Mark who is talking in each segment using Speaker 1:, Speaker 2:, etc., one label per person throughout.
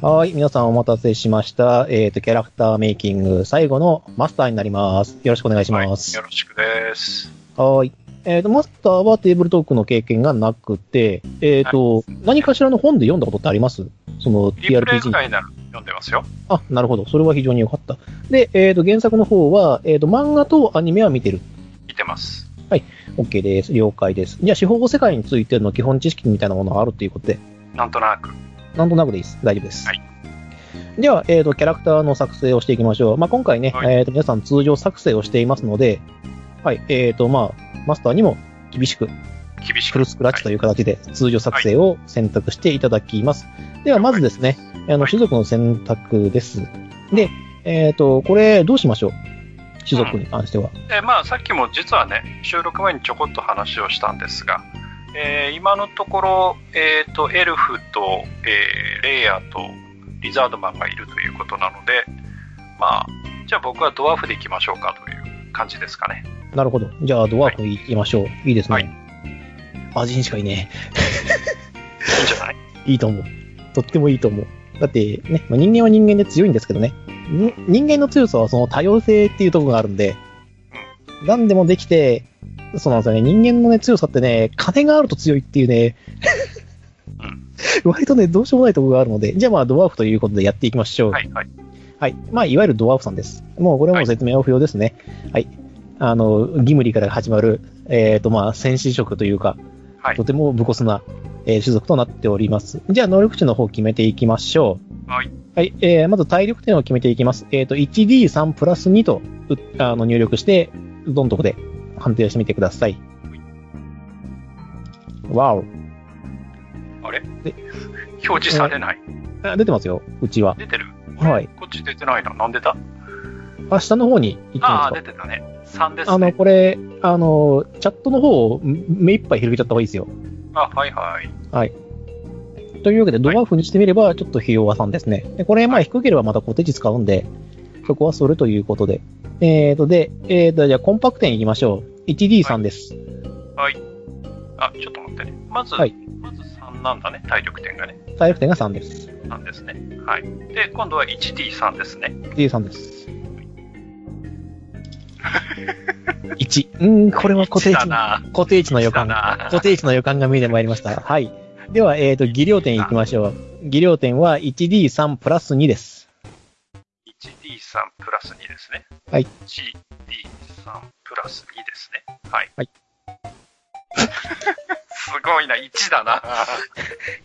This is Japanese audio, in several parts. Speaker 1: はい、皆さんお待たせしました。えっ、と、キャラクターメイキング最後のマスターになります。よろしくお願いし
Speaker 2: はい、
Speaker 1: ま
Speaker 2: よ
Speaker 1: す。
Speaker 2: ろしくです。
Speaker 1: はーい。えっ、と、マスターはテーブルトークの経験がなくて、えっ、と、何かしらの本で読んだことってありますその
Speaker 2: リプレイ
Speaker 1: TRPG
Speaker 2: ぐらいなら読んでますよ。
Speaker 1: あ、なるほど。それは非常に良かった。で、えっ、と、原作の方は、えっ、と、漫画とアニメは見てる。
Speaker 2: 見てます。
Speaker 1: OK です。了解です。じゃあ、司法世界についての基本知識みたいなものがあるということで、
Speaker 2: なんとなく。
Speaker 1: なんとなくでいいです。大丈夫です。
Speaker 2: はい
Speaker 1: では、えっ、と、キャラクターの作成をしていきましょう。まあ、今回ね、
Speaker 2: はい
Speaker 1: えっ、と、皆さん通常作成をしていますので、はい、えっ、と、まあ、マスターにも厳しく
Speaker 2: 厳し
Speaker 1: フ
Speaker 2: く
Speaker 1: ル。スクラッチという形で通常作成を選択していただきます。では、まずですね、あの、
Speaker 2: はい
Speaker 1: 種族の選択です。で、えっ、と、これ、どうしましょう種族に関しては。
Speaker 2: えーまあ、さっきも実はね、収録前にちょこっと話をしたんですが、えー今のところ、えー、とエルフと、えーレイヤーとリザードマンがいるということなので、まあ、じゃあ僕はドワーフでいきましょうかという感じですかね。
Speaker 1: なるほど。じゃあ、ドワーフ行きましょう。いいですね。
Speaker 2: はい
Speaker 1: アジンしかいね
Speaker 2: いいんじゃない
Speaker 1: え。いいと思う。とってもいいと思う。だって、ね、まあ、人間は人間で強いんですけどね。に人間の強さはその多様性っていうところがあるんで、何でもできて、そうなんですよね。人間のね、強さってね、金があると強いっていうね、 割とね、どうしようもないところがあるので、じゃあまあ、ドワーフということでやっていきましょう。
Speaker 2: はいはい。
Speaker 1: はい。まあ、いわゆるドワーフさんです。もう、これはもう説明は不要ですね。はい。あの、ギムリから始まる、えっ、と、まあ、戦士色というか、
Speaker 2: はい
Speaker 1: とても無骨な、えー種族となっております。じゃあ、能力値の方を決めていきましょう。
Speaker 2: はい。
Speaker 1: はい。えー、まず体力点を決めていきます。えっ、と、1D3 プラス2と、うあの、入力して、どんとこで判定してみてください。わお。
Speaker 2: あれ
Speaker 1: で
Speaker 2: 表示されない。
Speaker 1: あ出てますよ、うちは。
Speaker 2: 出てる
Speaker 1: はい。
Speaker 2: こっち出てないな。なんでだ
Speaker 1: あ、下の方に行き
Speaker 2: あ
Speaker 1: ます
Speaker 2: あ、
Speaker 1: か
Speaker 2: 出てたね。3です
Speaker 1: あの、
Speaker 2: ね。
Speaker 1: これ、あの、チャットの方を目いっぱい広げちゃった方がいいですよ。
Speaker 2: あはいはい。
Speaker 1: というわけで、ドワーフにしてみれば、ちょっと費用は3ですね。でこれ、まあ、低ければまたコテ値使うんで、そこはそれということで。えーと、で、えーと、じゃあ、コンパクトに行きましょう。1D3 です。
Speaker 2: あ、ちょっと待ってね。まず、
Speaker 1: はい
Speaker 2: まず3なんだね。体力点がね。
Speaker 1: 体力点が3です。
Speaker 2: なんですね。はい。で、今度は 1D3 ですね。
Speaker 1: 1D3 です。1。うーん、これは固定
Speaker 2: 1
Speaker 1: 値
Speaker 2: だ。な。
Speaker 1: 固定値の予
Speaker 2: 1だ
Speaker 1: 感。
Speaker 2: な。
Speaker 1: 固定値の予感が見えてまいりました。はい。では、えーと、技量点行きましょう。技量点は 1D3 プラス2です。
Speaker 2: 1D3 プラス2ですね。
Speaker 1: はい。
Speaker 2: 1D3 プラス2ですね。はい。
Speaker 1: はい
Speaker 2: すごいな、1だな。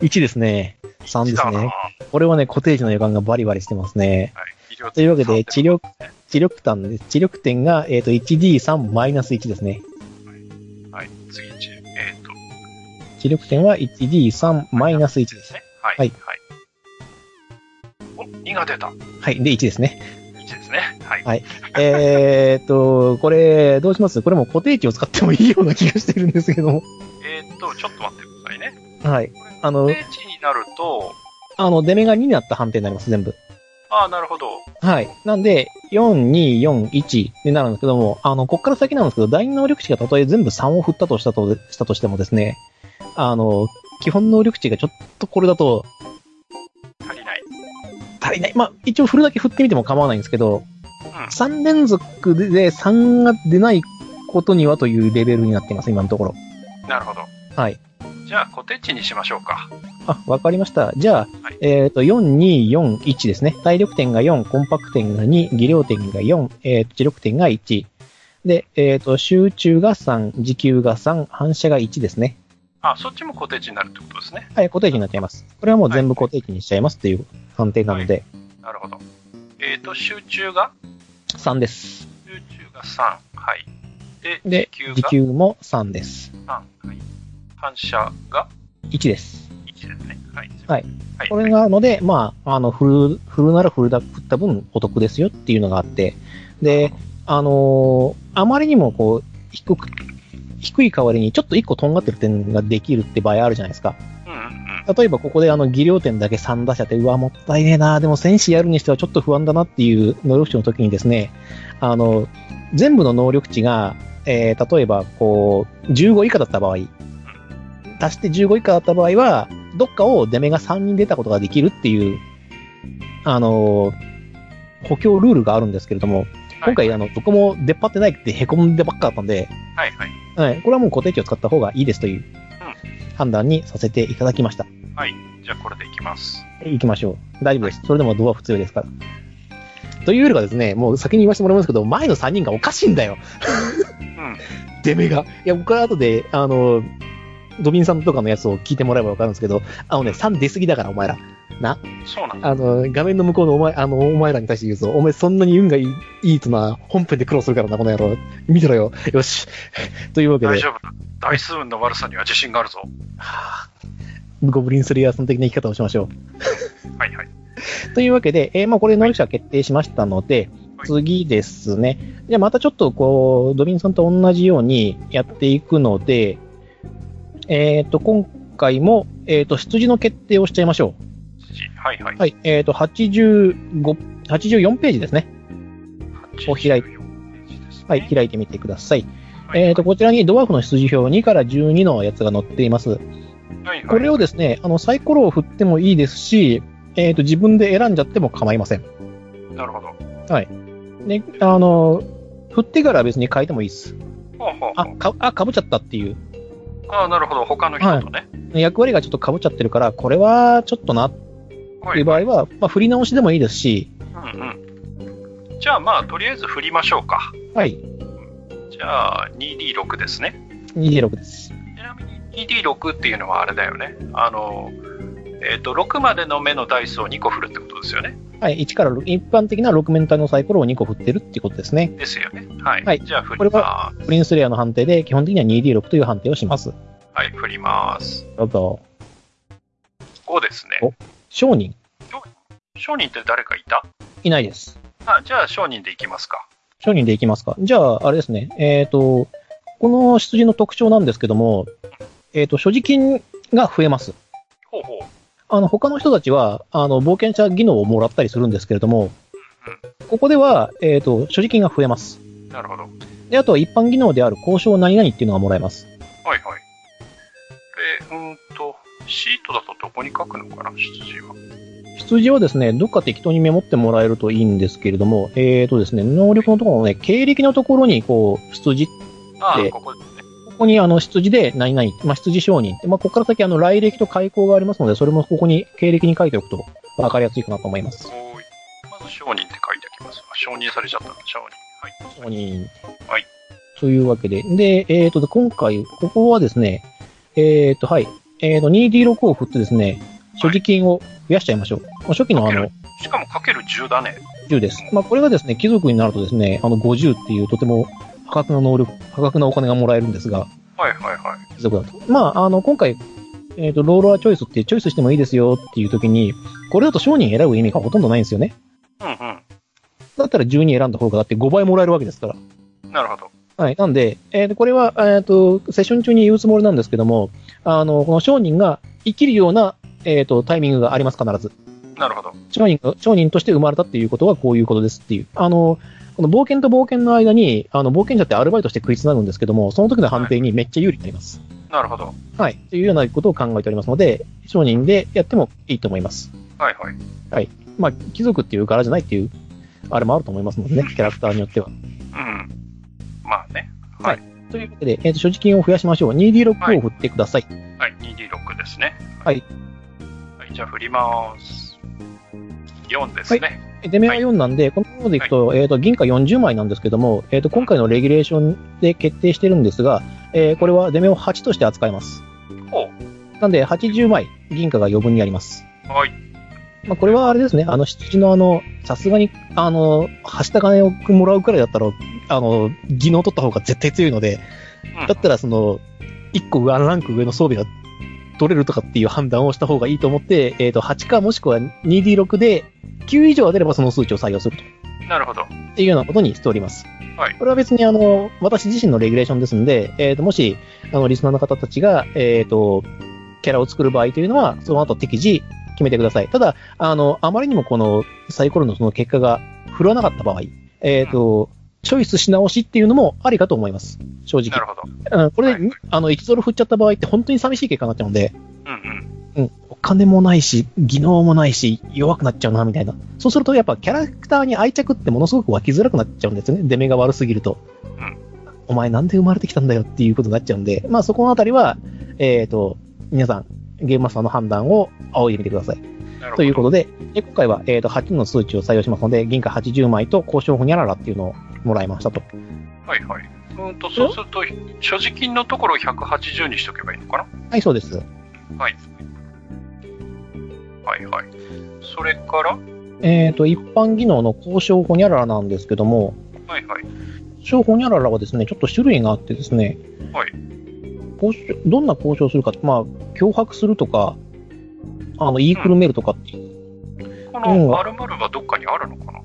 Speaker 1: 1ですね。3です
Speaker 2: 1だな。
Speaker 1: ね
Speaker 2: は。
Speaker 1: これはね、固定値の予感がバリバリしてますね。
Speaker 2: い。医療
Speaker 1: というわけで、
Speaker 2: 3
Speaker 1: 知力、知力点です。知力点が、えっ、と、1D3 マイナス1ですね。
Speaker 2: はい。次、一えっ、と、
Speaker 1: 知力点は 1D3 マイナス1
Speaker 2: 1
Speaker 1: で
Speaker 2: ですす。ね。はい。
Speaker 1: はい
Speaker 2: はい。お、2が出た。1
Speaker 1: はい。で、1ですね。
Speaker 2: ですね。はい。
Speaker 1: はいえっと、これ、どうしますこれも固定値を使ってもいいような気がしてるんですけども。
Speaker 2: えっ、と、ちょっと待ってくださいね。
Speaker 1: はい。
Speaker 2: これ
Speaker 1: あの
Speaker 2: 固定値になると、
Speaker 1: あの、出目が2になった判定になります、全部。
Speaker 2: ああ、なるほど。
Speaker 1: はい。なんで、4、2、4、1になるんですけども、あの、こっから先なんですけど、第二能力値がたとえ全部3を振ったとしたと、したとしてもですね、あの、基本能力値がちょっとこれだと
Speaker 2: 足りない。
Speaker 1: 足りない。まあ、一応振るだけ振ってみても構わないんですけど、
Speaker 2: うん。
Speaker 1: 3連続でで3が出ないことにはというレベルになっています、今のところ。
Speaker 2: なるほど。
Speaker 1: はい。
Speaker 2: じゃあ、固定値にしましょうか。
Speaker 1: あ、わかりました。じゃあ、
Speaker 2: はい
Speaker 1: えっ、と、4、2、4、1ですね。体力点が4、コンパクト点が2、技量点が4、えっ、と、知力点が1。で、えっ、と、集中が3、持久が3、反射が1ですね。
Speaker 2: あ、そっちも固定値になるってことですね。
Speaker 1: はい、固定値になっちゃいます。これはもう全部固定値にしちゃいますという判定なので、
Speaker 2: なるほど。えっ、と、集中が
Speaker 1: 3です。
Speaker 2: 集中が3。はい。で、
Speaker 1: で
Speaker 2: 時給、
Speaker 1: 持
Speaker 2: が
Speaker 1: 久も3です。
Speaker 2: 3。はい。反射が
Speaker 1: 1です。
Speaker 2: 1ですね。はい。
Speaker 1: はい。
Speaker 2: はい。
Speaker 1: これ
Speaker 2: はい、
Speaker 1: があるので、まあ、あの、振る、振るなら振るだ、振った分お得ですよっていうのがあって、で、あのーあまりにもこう、低く、低い代わりにちょっと一個とんがってる点ができるって場合あるじゃないですか。
Speaker 2: うんうんうん。
Speaker 1: 例えばここであの、技量点だけ3出しちゃって、うわ、もったいねえなでも戦士やるにしてはちょっと不安だなっていう能力値の時にですね、あの、全部の能力値が、えー、例えばこう、15以下だった場合、足して15以下だった場合は、どっかを出目が3に出たことができるっていうあのー補強ルールがあるんですけれども、今回、あの、どこも出っ張ってないって凹んでばっかだったんで、
Speaker 2: はいはい。
Speaker 1: はい、これはもう固定値を使った方がいいですという判断にさせていただきました。
Speaker 2: じゃあこれでいきます。
Speaker 1: 行きましょう。大丈夫です。それでもドア普通ですから。というよりかですね、もう先に言わせてもらいますけど、前の3人がおかしいんだよ。
Speaker 2: うん。
Speaker 1: 出目が。いや、僕は後で、あの、ドビンさんとかのやつを聞いてもらえばわかるんですけど、あのね、3出過ぎだから、お前ら。
Speaker 2: そうなんだ。
Speaker 1: あの、画面の向こうのお前、あの、お前らに対して言うぞ。お前そんなに運がいいいいとな、本編で苦労するからな、この野郎。見てろよ。よし。というわけ
Speaker 2: 大
Speaker 1: で、
Speaker 2: 丈夫だ。大数運の悪さには自信があるぞ。
Speaker 1: ゴブリンスレイヤーさん的な生き方をしましょう。
Speaker 2: はいはい。
Speaker 1: というわけで、えーまあ、これ、能力者は決定しましたので、
Speaker 2: はい
Speaker 1: 次ですね。じゃあ、またちょっと、こう、ドビンさんと同じようにやっていくので、えっ、と、今回も、えっ、と、羊の決定をしちゃいましょ。。
Speaker 2: 筋はいはいう
Speaker 1: はい。えっ、と、85、84ページですね。
Speaker 2: 84
Speaker 1: を開いて
Speaker 2: ページですね
Speaker 1: はい、開いてみてください。
Speaker 2: はい
Speaker 1: えっ、と、こちらにドワーフの羊表2から12のやつが載っています。
Speaker 2: はいはい
Speaker 1: これをですね、あの、サイコロを振ってもいいですし、えっ、と、自分で選んじゃっても構いません。
Speaker 2: なるほど。
Speaker 1: ね、あの、振ってから別に変えてもいいです。
Speaker 2: ほうほう
Speaker 1: あ
Speaker 2: ほう、
Speaker 1: か、あ、かぶっちゃったっていう。
Speaker 2: ああ、なるほど。他の人とね。
Speaker 1: 役割がちょっとかぶっちゃってるから、これはちょっとなって
Speaker 2: はい
Speaker 1: いう場合は、まあ、振り直しでもいいですし、
Speaker 2: うんうん。じゃあまあ、とりあえず振りましょうか。
Speaker 1: はい、
Speaker 2: じゃあ、2D6 ですね。
Speaker 1: 2D6 です。
Speaker 2: ちなみに 2D6 っていうのはあれだよね。あの、えっ、と、6までの目のダイスを2個振るってことですよね。
Speaker 1: はい、1から6、一般的な6面体のサイコロを2個振ってるっていうことですね。
Speaker 2: ですよね。はい。
Speaker 1: はい
Speaker 2: じゃあ、振
Speaker 1: こ
Speaker 2: り
Speaker 1: れ
Speaker 2: ま
Speaker 1: は
Speaker 2: ーす。
Speaker 1: プリンスレアの判定で、基本的には 2D6 という判定をします。
Speaker 2: はい、振ります。
Speaker 1: どうぞ。
Speaker 2: 5ですね。
Speaker 1: お商人
Speaker 2: 商人って誰かいた
Speaker 1: いないです。
Speaker 2: あ、じゃあ商人でいきますか。
Speaker 1: 商人でいきますか。じゃあ、あれですね。えっ、と、この羊の特徴なんですけども、えっ、と、所持金が増えます。
Speaker 2: ほうほう。
Speaker 1: あの、他の人たちは、あの、冒険者技能をもらったりするんですけれども
Speaker 2: うん、
Speaker 1: ここでは、えっ、と、所持金が増えます。
Speaker 2: なるほど。は
Speaker 1: で、あとは一般技能である交渉何々っていうのがもらえます。
Speaker 2: いはい。えうーんと、シートだとどこに書くのかな、羊は。
Speaker 1: 羊はですね、どっか適当にメモってもらえるといいんですけれども、えっ、とですね、能力のところのね、経歴のところに、こう、羊、こ
Speaker 2: ああ、
Speaker 1: で
Speaker 2: ここですね。
Speaker 1: こにあの、羊で何々、まあ、羊商人って、まあ、ここから先あの、来歴と開口がありますので、それもここに経歴に書いておくと、わかりやすいかなと思います。
Speaker 2: おーい。まず商人って書いておきます。あ承認されちゃった。商人。
Speaker 1: ここ
Speaker 2: はい。
Speaker 1: に。
Speaker 2: はい。
Speaker 1: というわけで。で、えっ、と、今回、ここはですね、えっ、と、はい。えっ、と、2D6 を振ってですね、所持金を増やしちゃいましょう。まあ初期のあ
Speaker 2: かけ
Speaker 1: の、
Speaker 2: しかもかける10だね。
Speaker 1: 10です。まあ、これがですね、貴族になるとですね、あの、50っていうとても破格な能力、破格なお金がもらえるんですが、
Speaker 2: はいはいはい。
Speaker 1: 貴族だと。まあ、あの、今回、えっ、と、ローラーチョイスってチョイスしてもいいですよっていう時に、これだと商人選ぶ意味がほとんどないんですよね。
Speaker 2: うん
Speaker 1: だったら12選んだ方がだって5倍もらえるわけですから。
Speaker 2: うん。なるほど。
Speaker 1: はい。なんで、えーとこれは、えーと、セッション中に言うつもりなんですけども、あの、この商人が生きるような、えーと、タイミングがあります、必ず。
Speaker 2: なるほど。
Speaker 1: 商人が、商人として生まれたっていうことはこういうことですっていう。あの、この冒険と冒険の間に、あの、冒険者ってアルバイトして食いつなぐんですけども、その時の判定にめっちゃ有利になります。
Speaker 2: なるほど。
Speaker 1: はい。というようなことを考えておりますので、商人でやってもいいと思います。
Speaker 2: はいはい。
Speaker 1: まあ、貴族っていう柄じゃないっていう、あれもあると思いますのでね、キャラクターによっては。
Speaker 2: うん。まあね。
Speaker 1: というわけで、えーと、所持金を増やしましょう。2D6 を振ってください。
Speaker 2: はい。2D6 ですね。
Speaker 1: はい。
Speaker 2: はい、じゃあ振ります。4ですね。
Speaker 1: デメは4なんで、このままでいくと、えっ、と、銀貨40枚なんですけども、えっ、と、今回のレギュレーションで決定してるんですが、えーこれはデメを8として扱います。
Speaker 2: ほ
Speaker 1: なんで、80枚、銀貨が余分にあります。
Speaker 2: う。はい。
Speaker 1: まあ、これはあれですね、あの、羊のあの、さすがに、あの、はした金をもらうくらいだったら、あの、技能取った方が絶対強いので、
Speaker 2: うん
Speaker 1: だったらその、1個上、ランク上の装備が取れるとかっていう判断をした方がいいと思って、えっ、と、8かもしくは 2D6 で、9以上が出ればその数値を採用すると。
Speaker 2: なるほど。
Speaker 1: っていうようなことにしております。
Speaker 2: はい
Speaker 1: これは別にあの、私自身のレギュレーションですので、えー、ともし、あの、リスナーの方たちが、えっ、と、キャラを作る場合というのは、その後適時決めてください。ただ、あの、あまりにもこのサイコロのその結果が振るわなかった場合、えっ、と、チョイスし直しっていうのもありかと思います。正
Speaker 2: なる
Speaker 1: 直。
Speaker 2: ほど。
Speaker 1: うん、これで、
Speaker 2: はい
Speaker 1: あの、1ゾロ振っちゃった場合って本当に寂しい結果になっちゃうので、
Speaker 2: うんうん。
Speaker 1: うん、お金もないし、技能もないし、弱くなっちゃうな、みたいな。そうすると、やっぱキャラクターに愛着ってものすごく湧きづらくなっちゃうんですよね。出目が悪すぎると。
Speaker 2: うん
Speaker 1: お前なんで生まれてきたんだよっていうことになっちゃうんで、まあそこのあたりは、えっ、と、皆さん、ゲームマスターの判断を仰いでみてください。
Speaker 2: なるほど
Speaker 1: ということで、え今回は、えー、と8の数値を採用しますので、銀貨80枚と交渉ほにゃららっていうのをもらいましたと。
Speaker 2: はいはい。うんと、そうすると、所持金のところを180にしとけばいいのか
Speaker 1: はい、そうです。
Speaker 2: なはい。はいはい。それから
Speaker 1: えっ、と、一般技能の交渉ほにゃららなんですけども、
Speaker 2: はいはい。
Speaker 1: 交渉ほにゃららはですね、ちょっと種類があってですね、
Speaker 2: はい
Speaker 1: 交渉どんな交渉をするか、まあ、脅迫するとか、あの、言いくるめるとかっていう
Speaker 2: こ
Speaker 1: うん
Speaker 2: の〇〇はどっかにあるのかな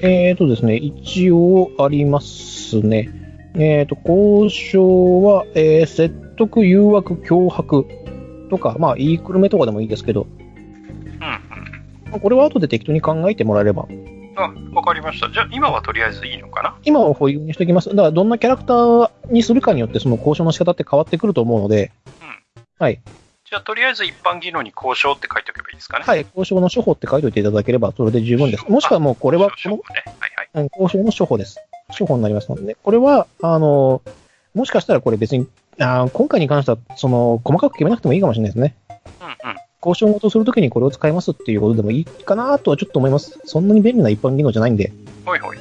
Speaker 1: えーとですね、一応ありますね。えーと、交渉は、えー説得、誘惑、脅迫とか、まあ、言いくるめとかでもいいですけど、
Speaker 2: うん
Speaker 1: これは後で適当に考えてもらえれば。
Speaker 2: うん。あ、わかりました。じゃあ、今はとりあえずいいのかな
Speaker 1: 今は保有にしておきます。だから、どんなキャラクターにするかによって、その交渉の仕方って変わってくると思うので、
Speaker 2: じゃあ、とりあえず一般技能に交渉って書いておけばいいですかね。い。
Speaker 1: はい、交渉の処方って書いておいていただければ、それで十分です。もしくはもう、こ
Speaker 2: こ
Speaker 1: れは、こ
Speaker 2: 交
Speaker 1: の
Speaker 2: 渉ね。はいは
Speaker 1: う
Speaker 2: い。
Speaker 1: ん交渉の処方です。処方になりますので、これは、あの、もしかしたらこれ別に、あー今回に関しては、その、細かく決めなくてもいいかもしれないですね。
Speaker 2: うんうん。
Speaker 1: 交渉ごとするときにこれを使いますっていうことでもいいかなとはちょっと思います。そんなに便利な一般技能じゃないんで。
Speaker 2: ほいほい。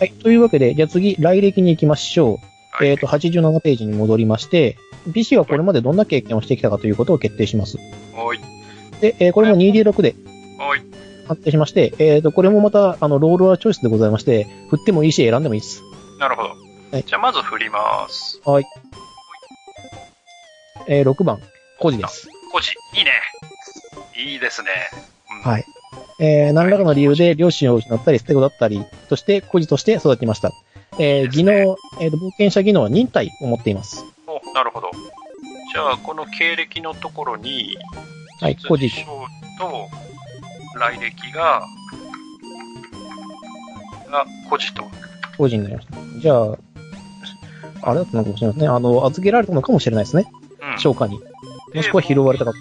Speaker 1: はい。というわけで、じゃあ次、来歴に行きましょう。
Speaker 2: はい
Speaker 1: えっ、と、87ページに戻りまして、PC はこれまでどんな経験をしてきたかということを決定します。
Speaker 2: ほい。
Speaker 1: で、えーこれも 2D6 で
Speaker 2: ほい。
Speaker 1: 判定しまして、えっ、と、これもまた、あの、ロールはチョイスでございまして、振ってもいいし、選んでもいいです。
Speaker 2: なるほど。
Speaker 1: はい
Speaker 2: じゃあ、まず振ります。
Speaker 1: えー6番、コジです。
Speaker 2: こじ、いいね。いいですね。うん
Speaker 1: はい。えー何らかの理由で両親を失ったり、捨て子だったりとして、孤児として育ちました。えー技能、えーと、冒険者技能は忍耐を持っています。
Speaker 2: お、なるほど。じゃあ、この経歴のところに、
Speaker 1: はい
Speaker 2: 実技賞と来歴が、が、孤児と。
Speaker 1: 孤児になりました。じゃあ、あれだったのかもしれないですね。あの、預けられたのかもしれないですね。
Speaker 2: うん
Speaker 1: 消化に。もしくは拾われたかと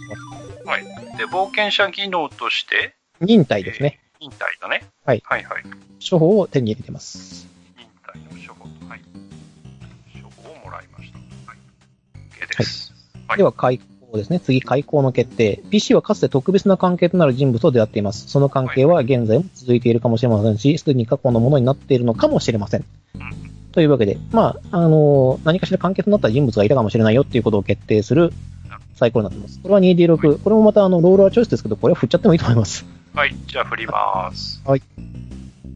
Speaker 1: 思います。
Speaker 2: で、冒険者技能として、
Speaker 1: 忍耐ですね。
Speaker 2: 忍耐だね。
Speaker 1: はい
Speaker 2: はいはい。
Speaker 1: 処方を手に入れてます。
Speaker 2: 忍耐の処方。はい。処方をもらいました。はい。OK です。はい
Speaker 1: では、開口ですね。次、開口の決定。PC はかつて特別な関係となる人物と出会っています。その関係は現在も続いているかもしれませんし、すでに過去のものになっているのかもしれません。というわけで、まあ、あの何かしら関係となった人物がいたかもしれないよっていうことを決定するサイコロになっています。これは 2D6。これもまた、あの、ロールはチョイスですけど、これは振っちゃってもいいと思います。
Speaker 2: はい。じゃあ、振ります。
Speaker 1: はい。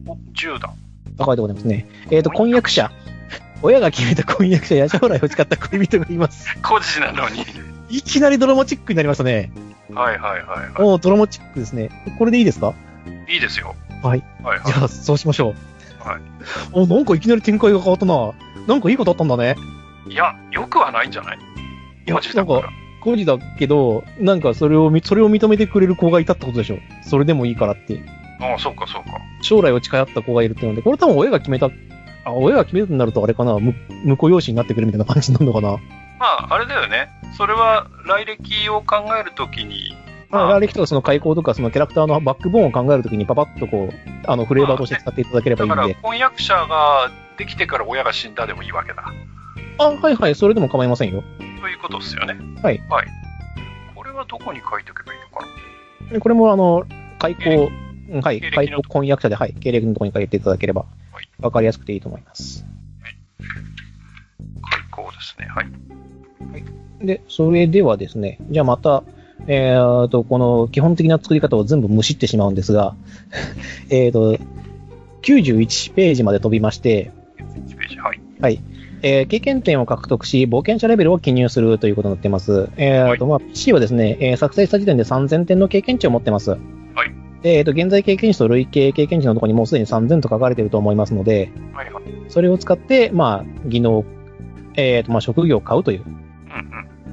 Speaker 2: お、10だ。
Speaker 1: 高いところですね。えっ、と、婚約者。親が決めた婚約者や将来を誓った恋人がいます。
Speaker 2: 孤児なのに。
Speaker 1: いきなりドラマチックになりましたね。
Speaker 2: はいはいはいは
Speaker 1: もうドラマチックですね。これでいいですか
Speaker 2: い。いいですよ。
Speaker 1: はい。
Speaker 2: はいはい
Speaker 1: じ。ゃあ、そうしましょう。
Speaker 2: はい。
Speaker 1: お、なんかいきなり展開が変わったな。なんかいいことあったんだね。
Speaker 2: いや、よくはないんじゃない
Speaker 1: いや
Speaker 2: マジだから
Speaker 1: なん孤児だけど、なんかそれをみ、それを認めてくれる子がいたってことでしょ。それでもいいからって。
Speaker 2: ああ、そうかそうか。
Speaker 1: 将来を誓った子がいるっていうので、これ多分親が決めた、あ、親が決めたとなるとあれかな、む婿養子になってくるみたいな感じになるのかな。
Speaker 2: まあ、あれだよね。それは、来歴を考えるときに、
Speaker 1: まあ、
Speaker 2: ま
Speaker 1: ラ
Speaker 2: あ、
Speaker 1: ーレキとかその開口とか、そのキャラクターのバックボーンを考えるときに、パパッとこう、あの、フレーバーとして使っていただければい
Speaker 2: だ
Speaker 1: い
Speaker 2: か
Speaker 1: ん
Speaker 2: ら
Speaker 1: で。
Speaker 2: 婚約者ができてから親が死んだでもいいわけだ。
Speaker 1: あ、はいはい、それでも構いませんよ。
Speaker 2: ということですよね。
Speaker 1: はい。
Speaker 2: はい。これはどこに書いておけばいいのかな
Speaker 1: でこれも、あの、開口、うんはい、
Speaker 2: 経歴
Speaker 1: 開
Speaker 2: の
Speaker 1: 口婚約者で、はい、経歴のところに書いていただければ
Speaker 2: はい、
Speaker 1: わかりやすくていいと思います。
Speaker 2: 開口ですね。はい。
Speaker 1: で、それではですね、じゃあまた、えーと、この基本的な作り方を全部無視ってしまうんですが、 えーと、91ページまで飛びまして、
Speaker 2: 1ページ。はい。
Speaker 1: えー経験点を獲得し、冒険者レベルを記入するということになっています。えーとまあ、PC はですね、えー作成した時点で3000点の経験値を持ってます。はいでえーと現在経験値と累計経験値のところにもうすでに3000と書かれていると思いますので、
Speaker 2: はいはい。うん
Speaker 1: それを使って、まあ、技能、えーとまあ、職業を買うという
Speaker 2: うん。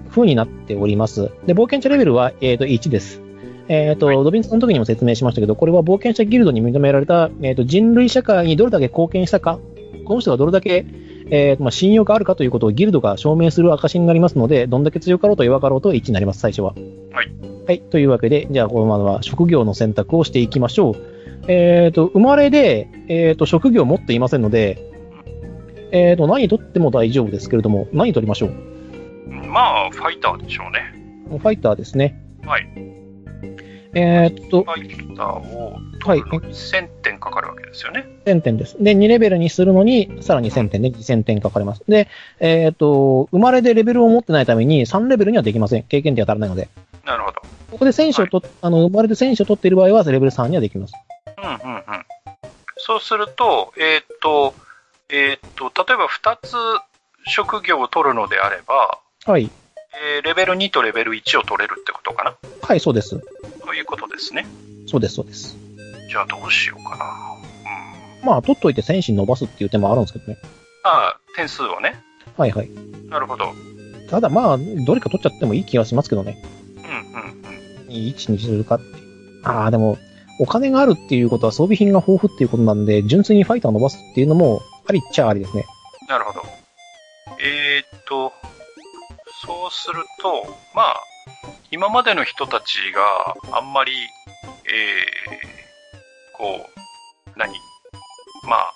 Speaker 1: 風になっております。で、冒険者レベルは、えー、と1です。えー、と、
Speaker 2: はい
Speaker 1: ドビンさんの時にも説明しましたけど、これは冒険者ギルドに認められた、えー、と人類社会にどれだけ貢献したか、この人がどれだけ、えーまあ、信用があるかということをギルドが証明する証になりますので、どんだけ強かろうと弱かろうと1になります、最初は。
Speaker 2: はい。
Speaker 1: はい、というわけで、じゃあ、このままは職業の選択をしていきましょう。えっ、と、生まれで、えっ、と、職業持っていませんので、えっ、と、何取っても大丈夫ですけれども、何取りましょう
Speaker 2: まあ、ファイターでしょうね。
Speaker 1: ファイターですね。
Speaker 2: はい。
Speaker 1: えーっと
Speaker 2: フ、ァイターを
Speaker 1: はい
Speaker 2: 取るのに1000点かかるわけですよね。
Speaker 1: 1000点です。で、2レベルにするのに、さらに1000点で2000点かかります。で、えーっと、生まれでレベルを持ってないために3レベルにはできません。経験点当たらないので。
Speaker 2: なるほど。
Speaker 1: ここで選手をと、あの、生まれで選手を取っている場合は、レベル3にはできます。
Speaker 2: うんうんうん。そうすると、えーっと、えーっと、例えば2つ職業を取るのであれば、
Speaker 1: はい。
Speaker 2: えーレベル2とレベル1を取れるってことかな
Speaker 1: はい、そうです。
Speaker 2: ということですね。
Speaker 1: そうです、そうです。
Speaker 2: じゃあどうしようかな。うん。
Speaker 1: まあ、取っといて選手に伸ばすっていう手もあるんですけどね。
Speaker 2: ああ、点数をね。
Speaker 1: はいはい。
Speaker 2: なるほど。
Speaker 1: ただまあ、どれか取っちゃってもいい気がしますけどね。
Speaker 2: うんうんうん。
Speaker 1: いい位置にするかって。ああ、でも、お金があるっていうことは装備品が豊富っていうことなんで、純粋にファイターを伸ばすっていうのも、ありっちゃありですね。
Speaker 2: なるほど。えーっと、そうすると、まあ、今までの人たちがあんまり、えー、こう、何まあ、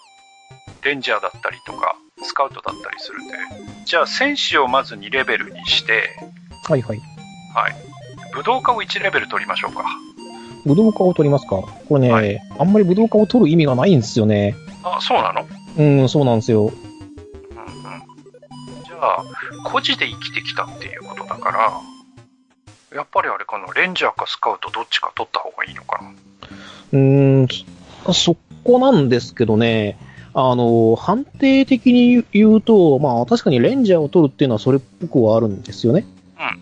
Speaker 2: レンジャーだったりとか、スカウトだったりするんで、じゃあ戦士をまず2レベルにして、
Speaker 1: はいはい。
Speaker 2: はい。武道家を1レベル取りましょうか。
Speaker 1: 武道家を取りますか。これね、
Speaker 2: は
Speaker 1: あんまり武道家を取る意味がないんですよね。
Speaker 2: あ、そうなの
Speaker 1: うん、そうなんですよ。
Speaker 2: うんうん。じゃあ、孤児で生きてきたっていうことだから、やっぱりあれかな、レンジャーかスカウトどっちか取った方がいいのかな。
Speaker 1: うーん、そそこなんですけどね、あの、判定的に言うと、まあ確かにレンジャーを取るっていうのはそれっぽくはあるんですよね。
Speaker 2: うんうん。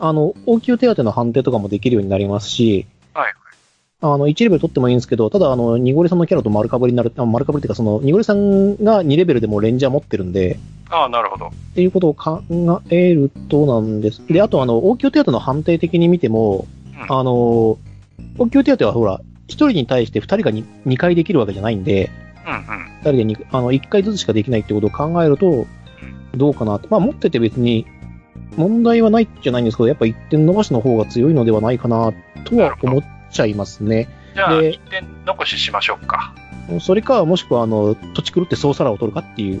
Speaker 1: あの、応急手当の判定とかもできるようになりますし、
Speaker 2: はい。
Speaker 1: あの、1レベル取ってもいいんですけど、ただ、あの、ニゴリさんのキャラと丸かぶりになる、あ丸かぶりっていうか、その、ニゴリさんが2レベルでもレンジャー持ってるんで、
Speaker 2: ああ、なるほど。
Speaker 1: っていうことを考えるとなんです。で、あと、あの、応急手当の判定的に見ても、
Speaker 2: うん
Speaker 1: あの、応急手当はほら、1人に対して2人が 2, 2回できるわけじゃないんで、
Speaker 2: うんうん。
Speaker 1: 2人でにあの1回ずつしかできないってことを考えると、どうかなって。まあ、持ってて別に、問題はないじゃないんですけど、やっぱ1点伸ばしの方が強いのではないかな、と
Speaker 2: な
Speaker 1: は
Speaker 2: るほど
Speaker 1: 思っちゃいますね。
Speaker 2: じゃあ、
Speaker 1: で
Speaker 2: 一点残ししましょうか。
Speaker 1: それか、もしくは、あの、土地狂って総皿を取るかっていう。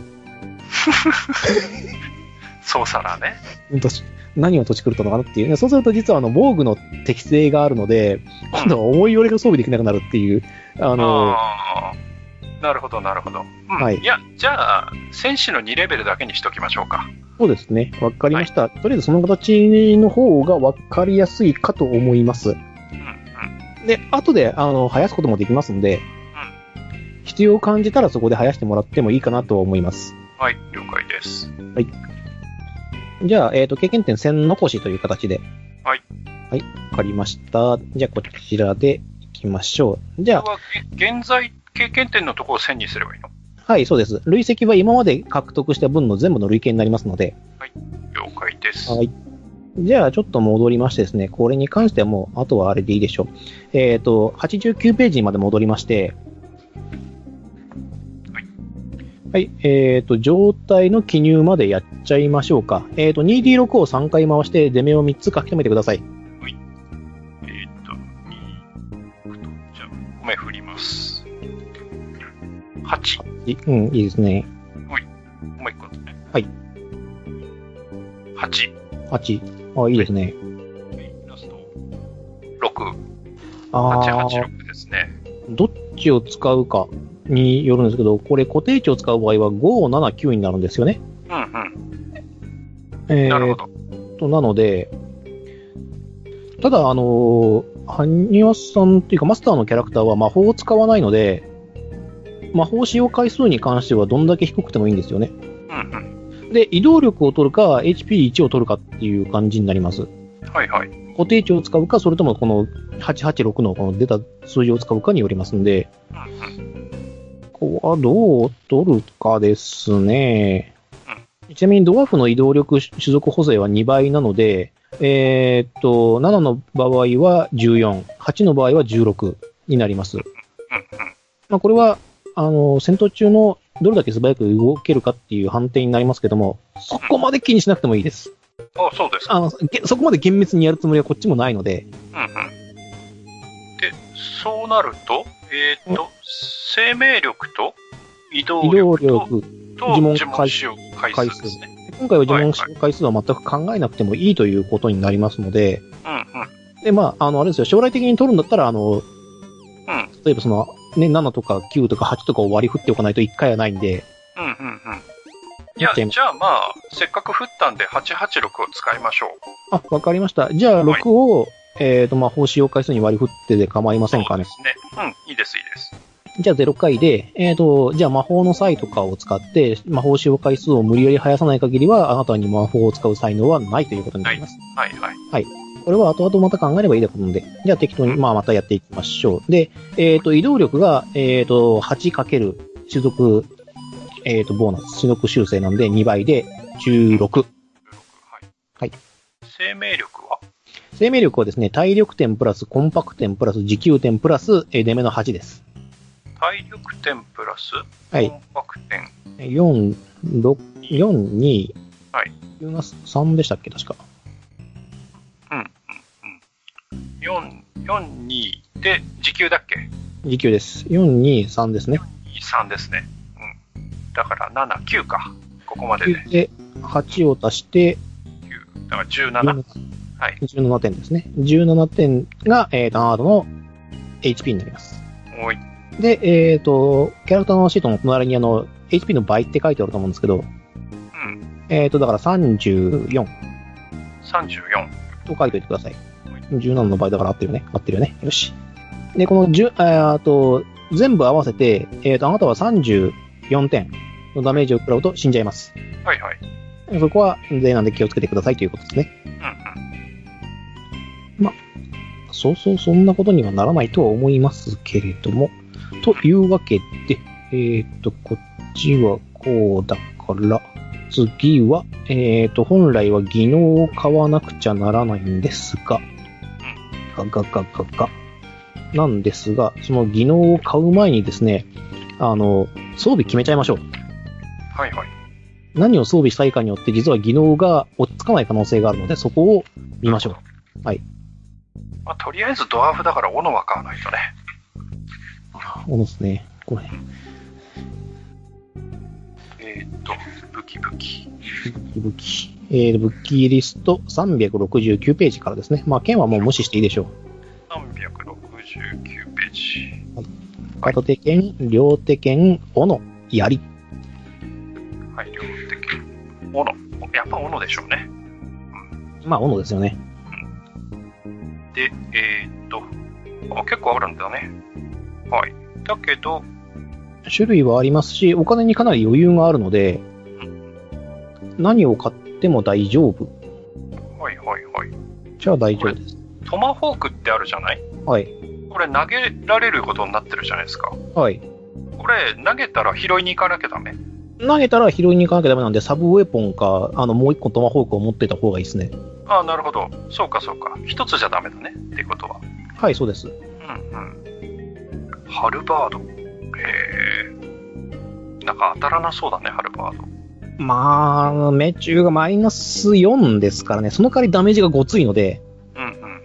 Speaker 2: そうさらね。
Speaker 1: うん土地何を土地狂ったのかなっていう。そうすると、実は、あの、防具の適性があるので、今度は思いよりが装備できなくなるっていう。あの、
Speaker 2: ああ。なるほど、なるほど。うん
Speaker 1: はい
Speaker 2: いや、じゃあ、戦士の2レベルだけにしときましょうか。
Speaker 1: そうですね。わかりました。とりあえず、その形の方がわかりやすいかと思います。
Speaker 2: うんうん。
Speaker 1: で、後で、あの、生やすこともできますので、必要を感じたらそこで生やしてもらってもいいかなとは思います。
Speaker 2: はい、了解です。
Speaker 1: じゃあ、えっ、と、経験点1000残しという形で。
Speaker 2: はい。
Speaker 1: はい、わかりました。じゃあ、こちらで行きましょう。じゃ
Speaker 2: これはげ現在経験点のところを1000にすればいいの
Speaker 1: あ、はい、そうです。累積は今まで獲得した分の全部の累計になりますので。
Speaker 2: 了解です。
Speaker 1: はい。じゃあ、ちょっと戻りましてですね、これに関してはもう、あとはあれでいいでしょう。えっ、と、89ページにまで戻りまして、
Speaker 2: はい。
Speaker 1: はい、えっ、と、状態の記入までやっちゃいましょうか。えっ、と、2D6 を3回回して、出目を3つ書き留めてください。
Speaker 2: えーっと、にじゃあ、米振ります。8、
Speaker 1: いうん、いいですね。
Speaker 2: もう一個ね。
Speaker 1: はい。
Speaker 2: 8、
Speaker 1: 8。あ、いいですね。
Speaker 2: ラスト、6、
Speaker 1: あ
Speaker 2: 8、
Speaker 1: あ
Speaker 2: 8、6ですね。
Speaker 1: どっちを使うかによるんですけど、これ固定値を使う場合は5、7、9になるんですよね。
Speaker 2: うんうん。
Speaker 1: え
Speaker 2: なる
Speaker 1: ー
Speaker 2: ほ、ど。
Speaker 1: と、なので、ただ、あの、ハニワさんっていうか、マスターのキャラクターは魔法を使わないので、魔法使用回数に関してはどんだけ低くてもいいんですよね。
Speaker 2: うんうん。
Speaker 1: で、移動力を取るか、HP1 を取るかっていう感じになります。
Speaker 2: はいはい。
Speaker 1: 固定値を使うか、それともこの886のこの出た数字を使うかによりますんで、
Speaker 2: うんうん。
Speaker 1: ここはどう取るかですね。ちなみにドワーフの移動力種族補正は2倍なので、えーっと、7の場合は14、8の場合は16になります。
Speaker 2: うんうん。
Speaker 1: まあ、これは、あの、戦闘中のどれだけ素早く動けるかっていう判定になりますけども、そこまで気にしなくてもいいです。
Speaker 2: あそうですか。
Speaker 1: あの、げそこまで厳密にやるつもりはこっちもないので、
Speaker 2: うんうん。で、そうなると、えーっと、生命力と移動
Speaker 1: 移動
Speaker 2: 力
Speaker 1: 力、
Speaker 2: と、と
Speaker 1: 呪文
Speaker 2: 呪文使用回
Speaker 1: 回
Speaker 2: 数
Speaker 1: 数
Speaker 2: ですね。
Speaker 1: 今回は呪文使用回数は全く考えなくてもいいということになりますので、
Speaker 2: うんうん。
Speaker 1: で、まあ、あの、あれですよ、将来的に取るんだったら、あの、例えばその、ね、7とか9とか8とかを割り振っておかないと1回はないんで、
Speaker 2: うんうんうん。い
Speaker 1: や
Speaker 2: や、
Speaker 1: っちゃい
Speaker 2: じゃあまあ、せっかく振ったんで、886を使いましょう。
Speaker 1: あ、わかりました。じゃあ、
Speaker 2: はい
Speaker 1: 6を、えっ、と、まあ、報酬を回数に割り振ってで構いませんかね。
Speaker 2: そうですね。うん、いいです、いいです。
Speaker 1: じゃあ、0回で、えっ、と、じゃあ、魔法の際とかを使って、魔法使用回数を無理やり生やさない限りは、あなたに魔法を使う才能はないということになります。
Speaker 2: はいはい。
Speaker 1: これは後々また考えればいいだことなので、じゃあ適当に、まあまたやっていきましょう。で、えっ、と、移動力が、えっ、と、8× 種族、えっ、と、ボーナス、種族修正なんで2倍で16。はい
Speaker 2: 生命力は
Speaker 1: 生命力はですね、体力点プラス、コンパク点プラス、持久点プラス、えー出目の8です。
Speaker 2: 体力点プラス、
Speaker 1: はい
Speaker 2: コ。ンパク点。
Speaker 1: 4、6、4、2、
Speaker 2: はい。
Speaker 1: 9が3でしたっけ確か。
Speaker 2: 4、4、2で、時給だっけ
Speaker 1: 持久です。4、2、3ですね。
Speaker 2: ?3 ですね。うん。だから7、9か。ここまでで。
Speaker 1: 9で、8を足して、
Speaker 2: 9。だから17。はい
Speaker 1: 17点ですね。17点が、えーと、あなたの HP になります。
Speaker 2: おい。
Speaker 1: で、えっ、と、キャラクターのシートの隣にあの、HP の倍って書いてあると思うんですけど、
Speaker 2: うん。
Speaker 1: えっ、と、だから34
Speaker 2: 34。
Speaker 1: と書いておいてください。17の倍だから合ってるよね。合ってるよね。よし。で、この10、えーあと、全部合わせて、えっ、と、あなたは34点のダメージを食らうと死んじゃいます。
Speaker 2: はいはい。
Speaker 1: そこは、税なんで気をつけてくださいということですね。
Speaker 2: うんうん。
Speaker 1: そうそう、そんなことにはならないとは思いますけれども。というわけで、えーっ、と、こっちはこうだから、次は、えーっ、と、本来は技能を買わなくちゃならないんですが、ガガガガガ。なんですが、その技能を買う前にですね、あの、装備決めちゃいましょう。
Speaker 2: はいはい。
Speaker 1: 何を装備したいかによって、実は技能が落ち着かない可能性があるので、そこを見ましょう。
Speaker 2: まあ、とりあえずドワーフだから斧は買わないとね。
Speaker 1: おのですね。これ、
Speaker 2: えーっと、武器武器。
Speaker 1: 武器、えー、武器リスト369ページからですね。まあ、剣はもう無視していいでしょう。
Speaker 2: 369ページ。
Speaker 1: 片手剣、両手剣、斧、槍。
Speaker 2: はい、両手剣。斧。やっぱ斧でしょうね。
Speaker 1: まあ、斧ですよね。
Speaker 2: で、えーっと、あ、結構あるんだね。はい。だけど、
Speaker 1: 種類はありますし、お金にかなり余裕があるので、何を買っても大丈夫。
Speaker 2: はいはいはい。
Speaker 1: じゃあ大丈夫です。
Speaker 2: トマホークってあるじゃない
Speaker 1: はい。
Speaker 2: これ投げられることになってるじゃないですか。
Speaker 1: はい。
Speaker 2: これ投げたら拾いに行かなきゃダメ。
Speaker 1: 投げたら拾いに行かなきゃダメなんで、サブウェポンか、あの、もう一個トマホークを持ってた方がいいですね。
Speaker 2: ああ、なるほど。そうかそうか。一つじゃダメだね。ってことは。
Speaker 1: はい、そうです。
Speaker 2: うんうん。ハルバード。へえ。なんか当たらなそうだね、ハルバード。
Speaker 1: まあ、命中がマイナス4ですからね、その代わりダメージがごついので、
Speaker 2: うんうんうん。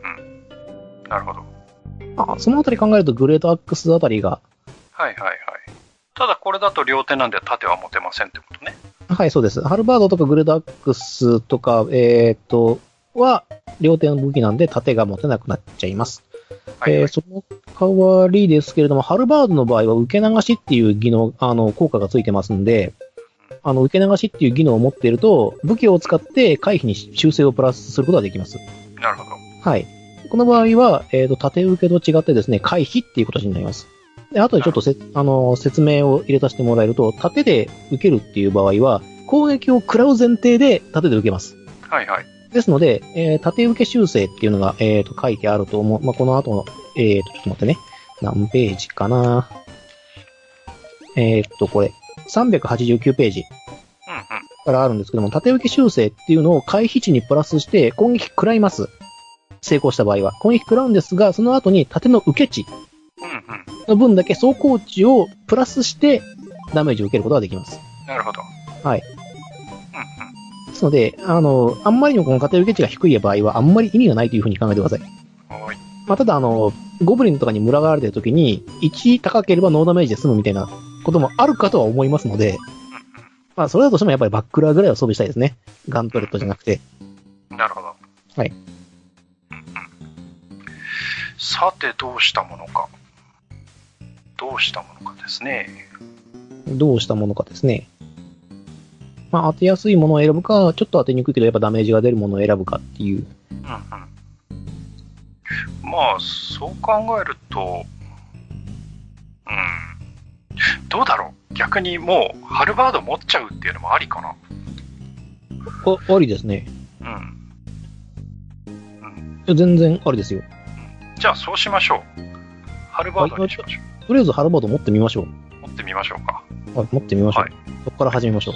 Speaker 2: なるほど。
Speaker 1: あそのあたり考えるとグレートアックスあたりが、
Speaker 2: はいはいはい。ただこれだと両手なんで縦は持てませんってことね。
Speaker 1: はい、そうです。ハルバードとかグレートアックスとか、えーっと、は、両手の武器なんで盾が持てなくなっちゃいます。
Speaker 2: はい、
Speaker 1: え
Speaker 2: は
Speaker 1: ー
Speaker 2: い。
Speaker 1: その代わりですけれども、ハルバードの場合は受け流しっていう技能、あの、効果がついてますんで、あの、受け流しっていう技能を持っていると、武器を使って回避に修正をプラスすることができます。
Speaker 2: なるほど。
Speaker 1: はい。この場合は、えっ、と、縦受けと違ってですね、回避っていう形になります。で、後でちょっとせ、あの、説明を入れさせてもらえると、縦で受けるっていう場合は、攻撃を食らう前提で縦で受けます。
Speaker 2: はいはい。
Speaker 1: ですので、えー縦受け修正っていうのが、えっ、と、書いてあると思う。まあ、この後の、えっ、と、ちょっと待ってね。何ページかなえっ、と、これ、389ページ
Speaker 2: うんうん。
Speaker 1: からあるんですけども、縦受け修正っていうのを回避値にプラスして攻撃食らいます。成功した場合は。攻撃食らうんですが、その後に縦の受け値
Speaker 2: うんうん。
Speaker 1: の分だけ走行値をプラスしてダメージを受けることができます。
Speaker 2: なるほど。
Speaker 1: はい。
Speaker 2: うんうん。
Speaker 1: ですので、あの、あんまりのこの偏り受け値が低い場合は、あんまり意味がないというふうに考えてください。
Speaker 2: はい。
Speaker 1: まあ、ただ、あの、ゴブリンとかに群がられてる時に、1高ければノーダメージで済むみたいなこともあるかとは思いますので、まあ、それだとしてもやっぱりバックラーぐらいは装備したいですね。ガントレットじゃなくて。
Speaker 2: うんうん。なるほど。
Speaker 1: はい
Speaker 2: うんうん。さて、どうしたものか。どうしたものかですね。
Speaker 1: どうしたものかですね。まあ、当てやすいものを選ぶか、ちょっと当てにくいけど、やっぱダメージが出るものを選ぶかっていう。
Speaker 2: うんうん。まあ、そう考えると、うん。どうだろう逆にもう、ハルバード持っちゃうっていうのもありかな。
Speaker 1: あ、ありですね。
Speaker 2: うん。
Speaker 1: いや全然ありですよ。
Speaker 2: じゃあ、そうしましょう。ハルバードにしましょ
Speaker 1: とりあえずハルバード持ってみましょう。
Speaker 2: う。持ってみましょうか。
Speaker 1: はい、持ってみましょう。
Speaker 2: はい
Speaker 1: そこから始めましょう。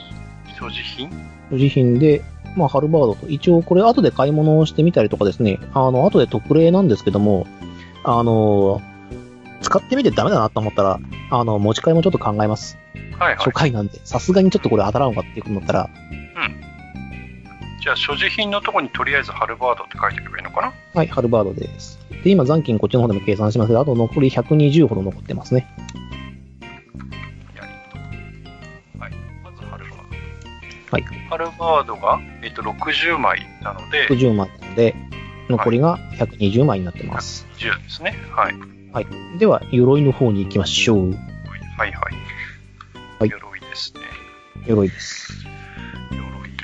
Speaker 2: 所持品
Speaker 1: 所持品で、まあ、ハルバードと、一応これ後で買い物をしてみたりとかですね、あの、後で特例なんですけども、あの、使ってみてダメだなと思ったら、あの、持ち替えもちょっと考えます。
Speaker 2: はいは
Speaker 1: 初回なんで、さすがにちょっとこれ当たらんわっていうことになったら、
Speaker 2: い。じゃあ、所持品のとこにとりあえずハルバードって書いておけばいいのかな
Speaker 1: はい、ハルバードです。で、今残金こっちの方でも計算しますけど、あと残り120ほど残ってますね。
Speaker 2: やりはい。まずハルバード。
Speaker 1: はい。
Speaker 2: ハルバードが、えっと、60枚なので、
Speaker 1: 60枚なので、残りが120枚になってます。
Speaker 2: 10ですね。はい。
Speaker 1: はい。では、鎧の方に行きましょう。
Speaker 2: はいはい。
Speaker 1: はい
Speaker 2: 鎧ですね。
Speaker 1: 鎧です。
Speaker 2: 鎧、鎧。えっ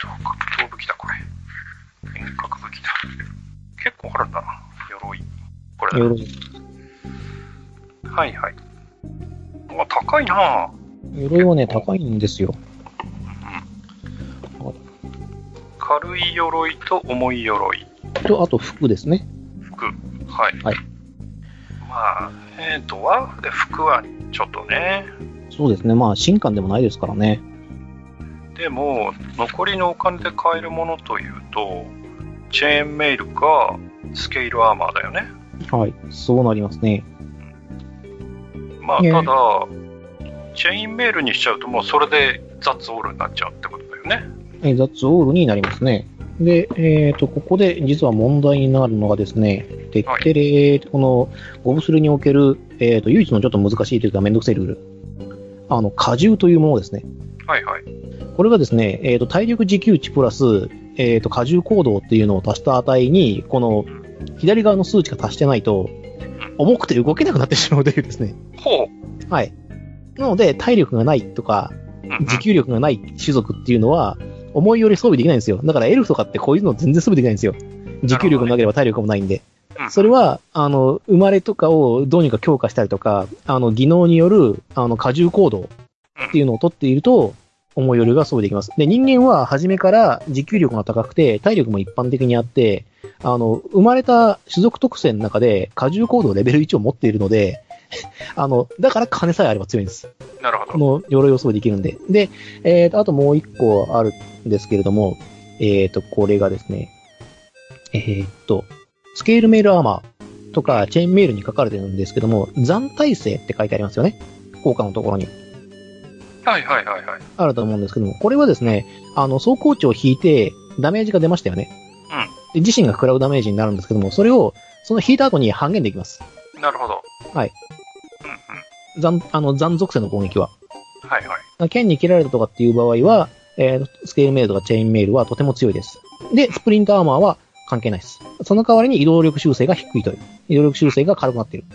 Speaker 2: と、格闘武器だ、これ。遠隔武器だ。結構あるんだな。鎧。これだ。
Speaker 1: 鎧。
Speaker 2: はいはい。うわ、高いなぁ。
Speaker 1: 鎧はね、高いんですよ。
Speaker 2: 軽い鎧と重い鎧。
Speaker 1: と、あと服ですね。
Speaker 2: 服。はい。
Speaker 1: はい
Speaker 2: まあ、えー、ドワーフで服はちょっとね。
Speaker 1: そうですね。まあ、新刊でもないですからね。
Speaker 2: でも、残りのお金で買えるものというと、チェーンメイルか、スケールアーマーだよね。
Speaker 1: はい。そうなりますね。
Speaker 2: まあ、
Speaker 1: ね
Speaker 2: ただ、チェインメールにしちゃうと、もうそれで雑オールになっちゃうってことだよね。
Speaker 1: えー、雑オールになりますね。で、えっ、と、ここで実は問題になるのがですね、てってれー、この、ゴブスルにおける、えっ、と、唯一のちょっと難しいというかめんどくさいルール。あの、荷重というものですね。
Speaker 2: はいはい。
Speaker 1: これがですね、えっ、と、体力自給値プラス、えっ、と、荷重行動っていうのを足した値に、この、左側の数値が足してないと、重くて動けなくなってしまうというですね。
Speaker 2: ほう。
Speaker 1: はい。なので、体力がないとか、
Speaker 2: うんうん
Speaker 1: 持久力がない種族っていうのは、思いより装備できないんですよ。だからエルフとかってこういうの全然装備できないんですよ。持久力もなければ体力もないんで。
Speaker 2: うん
Speaker 1: それは、あの、生まれとかをどうにか強化したりとか、あの、技能による、あの、荷重行動っていうのを取っていると、思いよりが装備できます。で、人間は初めから持久力が高くて、体力も一般的にあって、あの、生まれた種族特性の中で、荷重行動レベル1を持っているので、 あの、だから金さえあれば強いんです。
Speaker 2: なるほ
Speaker 1: こ
Speaker 2: ど。
Speaker 1: の鎧を装備できるんで。で、えーと、あともう一個あるんですけれども、えーと、これがですね、えーと、スケールメールアーマーとか、チェーンメールに書かれてるんですけども、残耐性って書いてありますよね。効果のところに。
Speaker 2: はいはいはいはい。
Speaker 1: あると思うんですけども、これはですね、あの、走行値を引いて、ダメージが出ましたよね。で自身が食らうダメージになるんですけども、それを、その引いた後に半減できます。
Speaker 2: なるほど。
Speaker 1: はい。
Speaker 2: うんうん。
Speaker 1: 残、あの、残属性の攻撃は。
Speaker 2: はいはい。
Speaker 1: 剣に切られたとかっていう場合は、えースケールメールとかチェーンメールはとても強いです。で、スプリントアーマーは関係ないです。その代わりに移動力修正が低いという。移動力修正が軽くなっている。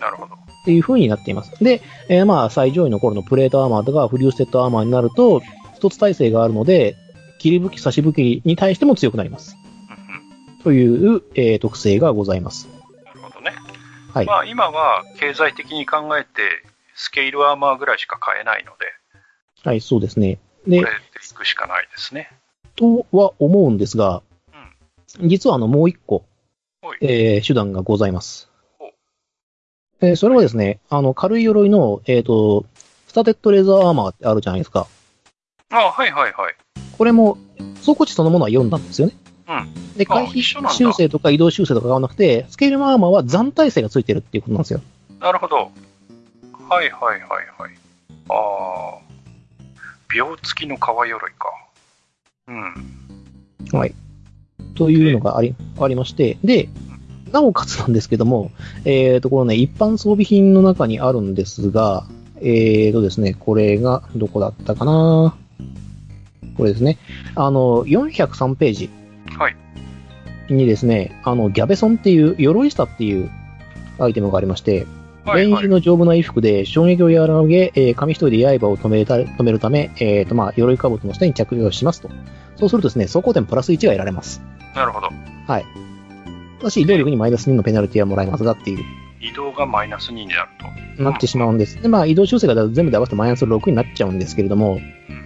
Speaker 2: なるほど。
Speaker 1: っていう風になっています。で、えーまあ、最上位の頃のプレートアーマーとかフリューステッドアーマーになると、一つ耐性があるので、切り武器、差し武器に対しても強くなります。
Speaker 2: うん
Speaker 1: という、えー特性がございます。
Speaker 2: うん。なるほどね。
Speaker 1: はい
Speaker 2: まあ、今は経済的に考えて、スケールアーマーぐらいしか買えないの
Speaker 1: はい、そうですね。
Speaker 2: で、
Speaker 1: で
Speaker 2: これ、でいくしかないですね。
Speaker 1: とは思うんですが、実はあの、もう一個、
Speaker 2: はい
Speaker 1: えー手段がございます
Speaker 2: お。
Speaker 1: えーそれはですね、あの、軽い鎧の、えっ、と、スタテッドレーザーアーマーってあるじゃないですか。
Speaker 2: あはいはいはい。
Speaker 1: これも、走行値そのものは4なんですよね。
Speaker 2: うん
Speaker 1: で、
Speaker 2: あ
Speaker 1: 回避
Speaker 2: 一緒なんだ
Speaker 1: 修正とか移動修正とかがなくて、スケールマーマーは残耐性がついてるっていうことなんですよ。
Speaker 2: なるほど。はいはいはいはい。ああ。秒付きの革鎧か。うん。
Speaker 1: というのがありありまして、で、なおかつなんですけども、えーと、このね、一般装備品の中にあるんですが、えーとですね、これがどこだったかなこれですね。あの、403ページ
Speaker 2: はい
Speaker 1: にですね、あの、ギャベソンっていう、鎧下っていうアイテムがありまして、
Speaker 2: はい
Speaker 1: レイ
Speaker 2: は
Speaker 1: ジ
Speaker 2: い。
Speaker 1: の丈夫な衣服で衝撃を和らげ、えー紙一重で刃を止めた止めるため、えーとまあ、鎧兜の下に着用しますと。そうするとですね、走行点プラス1が得られます。
Speaker 2: なるほど。
Speaker 1: ただし、移動力にマイナス2のペナルティはもらえますがってい
Speaker 2: 移動がマイナス2になると。
Speaker 1: う、なってしまうんです。で、まあ、移動修正が全部で合わせてマイナス6になっちゃうんですけれども、
Speaker 2: うんうん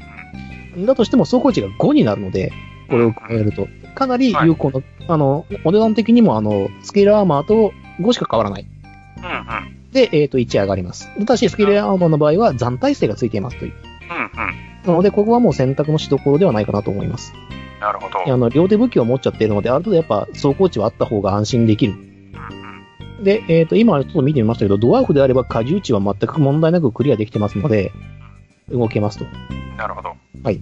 Speaker 1: だとしても走行値が5になるので、これを加えると、かなり有効な、あの、お値段的にも、あの、スケールアーマーと5しか変わらない。
Speaker 2: うんうん。
Speaker 1: で、えっ、と、1上がります。ただし、スケールアーマーの場合は、残耐性がついていますという。
Speaker 2: うんうん。
Speaker 1: なので、ここはもう選択のしどころではないかなと思います。
Speaker 2: なるほど。
Speaker 1: あの、両手武器を持っちゃっているので、ある程度やっぱ走行値はあった方が安心できる。
Speaker 2: うんうん
Speaker 1: で、えっ、と、今ちょっと見てみましたけど、ドワーフであれば荷重値は全く問題なくクリアできてますので、動けますと。
Speaker 2: なるほど。
Speaker 1: はい。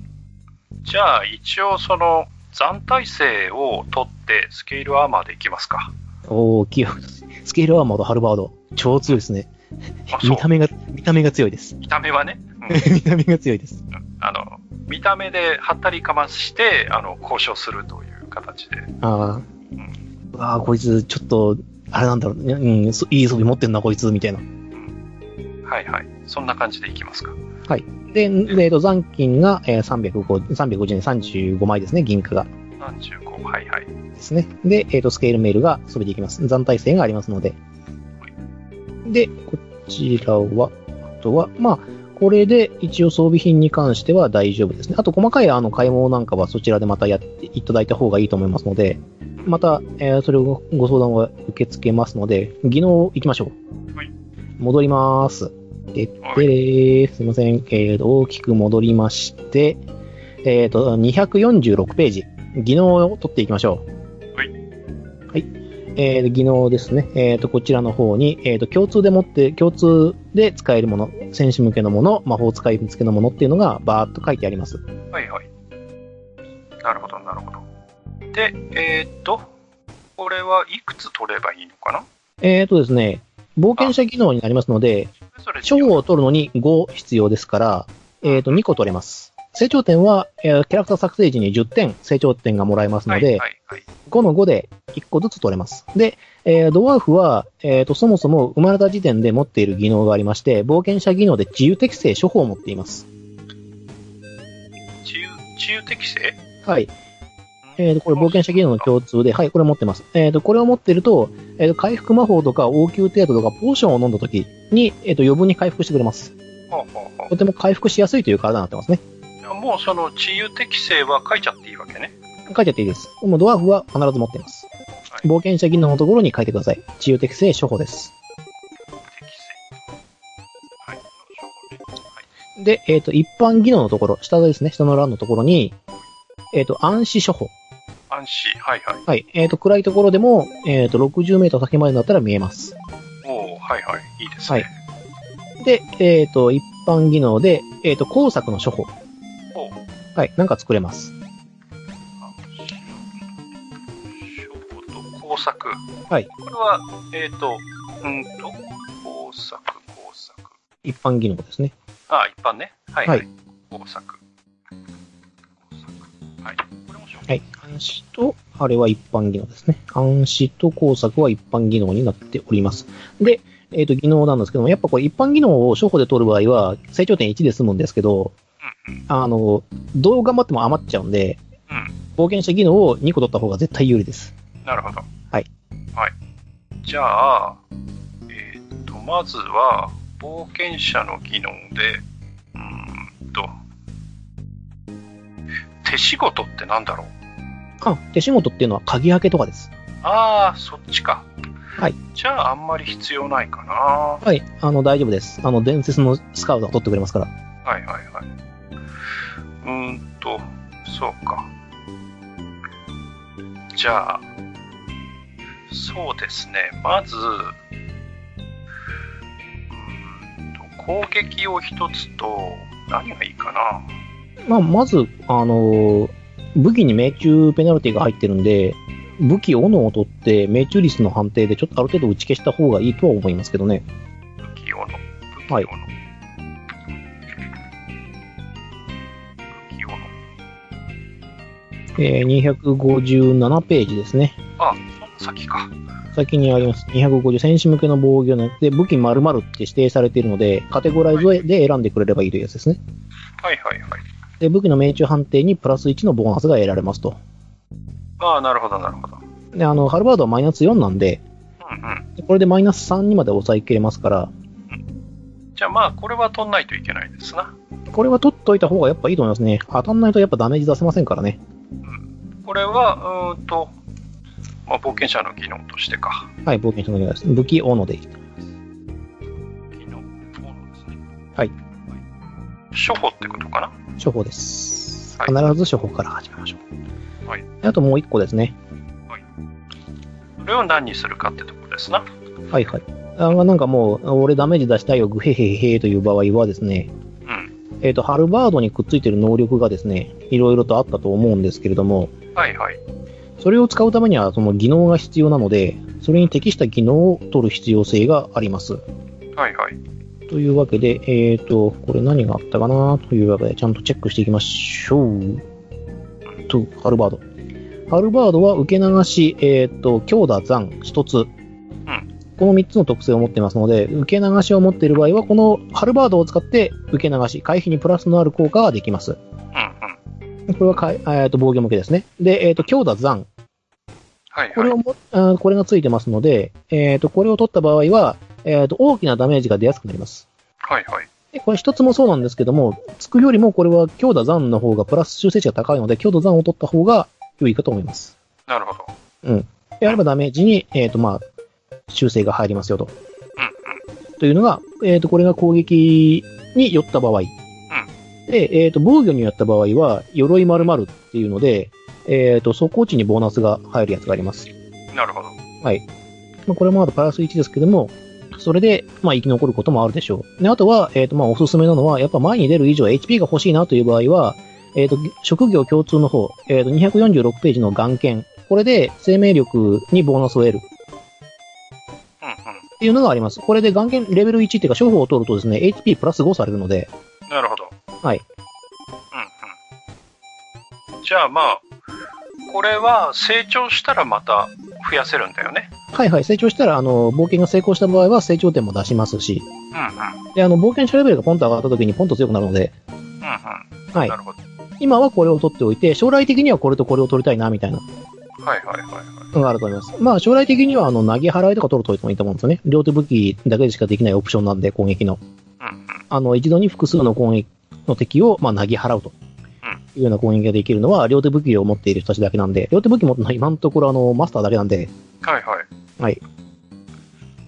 Speaker 2: じゃあ、一応その、残耐性を取って、スケールアーマーでいきますか。
Speaker 1: おー、器用です。 スケールアーマーとハルバード、超強いですね。
Speaker 2: あ、そ
Speaker 1: 見
Speaker 2: う。
Speaker 1: た目が、見た目が強いです。
Speaker 2: 見た目はね。うん
Speaker 1: 見た目が強いです。
Speaker 2: あの、見た目ではったりかまして、あの、交渉するという形で。
Speaker 1: あー。うわー、こいつ、ちょっと、あれなんだろう、うん、そいい装備持ってんな、こいつ、みたいな。
Speaker 2: はいはい。そんな感じでいきますか。
Speaker 1: で、でえっと残金が、えー、350、350円35枚ですね、銀貨が。
Speaker 2: 35。はいはい。
Speaker 1: ですね。で、えっ、と、スケールメールがそれでいきます。残耐性がありますので。で、こちらは、あとは、まあ、これで一応装備品に関しては大丈夫ですね。あと、細かいあの買い物なんかはそちらでまたやっていただいた方がいいと思いますので、また、えーそれをごご相談を受け付けますので、技能行きましょう。
Speaker 2: はい
Speaker 1: 戻ります。で
Speaker 2: は
Speaker 1: で
Speaker 2: い。
Speaker 1: れーすいません。えーと、大きく戻りまして、えっ、と、246ページ。技能を取っていきましょう。
Speaker 2: はい。
Speaker 1: はい。えー、技能ですね。えっ、と、こちらの方に、えっ、と、共通で持って、共通で使えるもの、戦士向けのもの、魔法使い向けのものっていうのが、バーっと書いてあります。
Speaker 2: はいはい。なるほど、なるほど。で、えーっと、これはいくつ取ればいいのかな
Speaker 1: えっ、とですね、冒険者技能になりますので、
Speaker 2: それぞ
Speaker 1: 賞
Speaker 2: れ違う
Speaker 1: を取るのに5必要ですから、えっ、と、2個取れます。成長点は、えーキャラクター作成時に10点成長点がもらえますので、
Speaker 2: はいはいはい。
Speaker 1: 5の5で1個ずつ取れます。で、えードワーフは、えーと、そもそも生まれた時点で持っている技能がありまして、冒険者技能で自由適正処方を持っています。
Speaker 2: 自由、自由適正
Speaker 1: はい。えーと、これ冒険者技能の共通で、はい、これ持ってます。えーと、これを持っていると、えーと、回復魔法とか応急程度とかポーションを飲んだ時に、えーと、余分に回復してくれます。
Speaker 2: ほうほうほ
Speaker 1: とても回復しやすいという体になってますね。
Speaker 2: うもうその自由適正は書いちゃっていいわけね。
Speaker 1: 書いちゃっていいです。もうドワーフは必ず持っています。
Speaker 2: はい
Speaker 1: 冒険者技能のところに書いてください。自由適正処方です。
Speaker 2: 適正。はい。はい
Speaker 1: で、えっ、と、一般技能のところ、下ですね、下の欄のところに、えっ、と、暗視処方。
Speaker 2: 安心。はいはい。
Speaker 1: はい。えっ、と、暗いところでも、えっ、と、60メートル先までだったら見えます。
Speaker 2: おおはいはい。いいですね。
Speaker 1: で、えっ、と、一般技能で、えっ、と、工作の処方。
Speaker 2: おう
Speaker 1: はい。なんか作れます。
Speaker 2: ショート工作。
Speaker 1: はい。
Speaker 2: これは、えっ、と、うんと、工作、工作。
Speaker 1: 一般技能ですね。
Speaker 2: あ、一般ね。はい、はい。
Speaker 1: は
Speaker 2: 工作。工作。はい。これもショート。
Speaker 1: はい。暗視と、あれは一般技能ですね。暗視と工作は一般技能になっております。で、えっ、と、技能なんですけども、やっぱこれ一般技能を処方で取る場合は、成長点1で済むんですけど、
Speaker 2: うんうん。
Speaker 1: あの、どう頑張っても余っちゃうんで、
Speaker 2: うん
Speaker 1: 冒険者技能を2個取った方が絶対有利です。
Speaker 2: なるほど。
Speaker 1: はい。
Speaker 2: はい。じゃあ、えっ、と、まずは、冒険者の技能で、うーんと、手仕事ってなんだろう
Speaker 1: あ、手仕事っていうのは鍵開けとかです。
Speaker 2: ああ、そっちか。
Speaker 1: はい。
Speaker 2: じゃあ、あんまり必要ないかな。は
Speaker 1: はい、あの、大丈夫です。あの、伝説のスカウトが取ってくれますから。
Speaker 2: いはいはい。うーんと、そうか。じゃあ、そうですね、まず、うーんと攻撃を一つと、何がいいかな。
Speaker 1: まあ、まず、あのー武器に命中ペナルティが入ってるんで、武器、斧を取って命中率の判定でちょっとある程度打ち消した方がいいとは思いますけどね。
Speaker 2: 武器用の。武器用の。
Speaker 1: はい
Speaker 2: 武器用の。
Speaker 1: えー、257ページですね。
Speaker 2: あ、その先か。
Speaker 1: 先にあります。250戦士向けの防御のやつで、武器〇〇って指定されているので、カテゴライズで選んでくれればいいというやつですね。
Speaker 2: はいはいはい。
Speaker 1: で、武器の命中判定にプラス1のボーナスが得られますと。
Speaker 2: ああ、なるほどなるほど。
Speaker 1: で、あの、ハルバードはマイナス4なんで、
Speaker 2: うんうん。
Speaker 1: これでマイナス3にまで抑えきれますから、
Speaker 2: じゃあまあ、これは取んないといけないですな。
Speaker 1: これは取っといた方がやっぱいいと思いますね。当たんないとやっぱダメージ出せませんからね。
Speaker 2: これは、うーんと、まあ、冒険者の技能としてか。
Speaker 1: はい、冒険者の願いです。武器、斧でいい。
Speaker 2: 技能、ものですね。
Speaker 1: はい。
Speaker 2: 処方ってことかな
Speaker 1: 処方です。
Speaker 2: はい
Speaker 1: 必ず処方から始めましょう。
Speaker 2: はい。
Speaker 1: あともう一個ですね。
Speaker 2: それを何にするかってとこですな。
Speaker 1: はいはい。あなんかもう、俺ダメージ出したいよ、グヘヘヘという場合はですね、
Speaker 2: うん。
Speaker 1: えっ、と、ハルバードにくっついてる能力がですね、いろいろとあったと思うんですけれども、
Speaker 2: はいはい。
Speaker 1: それを使うためには、その技能が必要なので、それに適した技能を取る必要性があります。
Speaker 2: はいはい。
Speaker 1: というわけで、えっ、と、これ何があったかなというわけで、ちゃんとチェックしていきましょう。と、ハルバード。ハルバードは受け流し、えっ、と、強打残1つ。この3つの特性を持ってますので、受け流しを持っている場合は、このハルバードを使って受け流し、回避にプラスのある効果ができます。
Speaker 2: うんうん。
Speaker 1: これはかい、えっ、と、防御向けですね。で、えっ、と、強打残。
Speaker 2: はい
Speaker 1: こ
Speaker 2: は
Speaker 1: れ
Speaker 2: い
Speaker 1: を。も、あーこれがついてますので、えっ、と、これを取った場合は、えっ、と、大きなダメージが出やすくなります。
Speaker 2: はいはい。
Speaker 1: でこれ一つもそうなんですけども、つくよりもこれは強打残の方がプラス修正値が高いので、強打残を取った方が良いかと思います。
Speaker 2: なるほど。
Speaker 1: であればダメージに、えっ、と、まあ、修正が入りますよと。
Speaker 2: うんうん。
Speaker 1: というのが、えっ、と、これが攻撃に寄った場合。で、えっ、と、防御に寄った場合は、鎧〇〇っていうので、えっ、と、速攻値にボーナスが入るやつがあります。
Speaker 2: なるほど。
Speaker 1: まあ、これもまだプラス1ですけども、それで、まあ、生き残ることもあるでしょう。で、あとは、えっ、と、まあ、おすすめなのは、やっぱ前に出る以上 HP が欲しいなという場合は、えっ、と、職業共通の方、えっ、と、246ページの眼剣。これで生命力にボーナスを得るっ
Speaker 2: うんうん。
Speaker 1: ていうのがあります。これで眼剣レベル1っていうか、処方を取るとですね、HP プラス5されるので、
Speaker 2: なるほど。
Speaker 1: はい。
Speaker 2: うんうん。じゃあまあ、これは成長したらまた増やせるんだよね。
Speaker 1: はいはい、成長したら、あの、冒険が成功した場合は成長点も出しますし、
Speaker 2: うんうん。うん
Speaker 1: で、あの、冒険者レベルがポンと上がった時にポンと強くなるので、
Speaker 2: うん。
Speaker 1: はい
Speaker 2: な。るほど。
Speaker 1: 今はこれを取っておいて、将来的にはこれとこれを取りたいな、みたいな。
Speaker 2: はいはいはいは
Speaker 1: があると思います。まあ、将来的には、あの、投げ払いとか取るといいと思うんですよね。両手武器だけでしかできないオプションなんで、攻撃の。
Speaker 2: い。うんうん。
Speaker 1: あの、一度に複数の攻撃の敵を、まあ、投げ払うと。いうような攻撃ができるのは、両手武器を持っている人たちだけなんで、両手武器持ってるのは今のところ、あの、マスターだけなんで、
Speaker 2: はいはい。
Speaker 1: はい。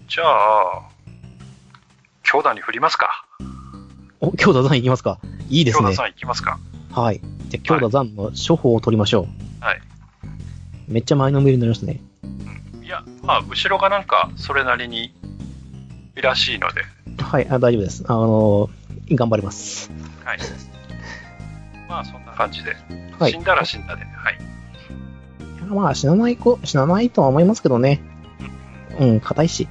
Speaker 2: じゃあ、強打に振りますか。
Speaker 1: お、強打残いきますかいいです
Speaker 2: 強打
Speaker 1: ね。
Speaker 2: さんいきますか。
Speaker 1: はい。じゃあ強打残の処方を取りましょう。
Speaker 2: はい。
Speaker 1: めっちゃ前のめりになりましたね。
Speaker 2: いや、まあ、後ろがなんか、それなりに、いらしいので、
Speaker 1: はい、あ大丈夫です。あの、頑張ります。
Speaker 2: はい。まあ、そんな感じで、
Speaker 1: はい。
Speaker 2: 死んだら死んだで、はい。
Speaker 1: まあ、死なない子、死なないとは思いますけどね。うん、硬いし。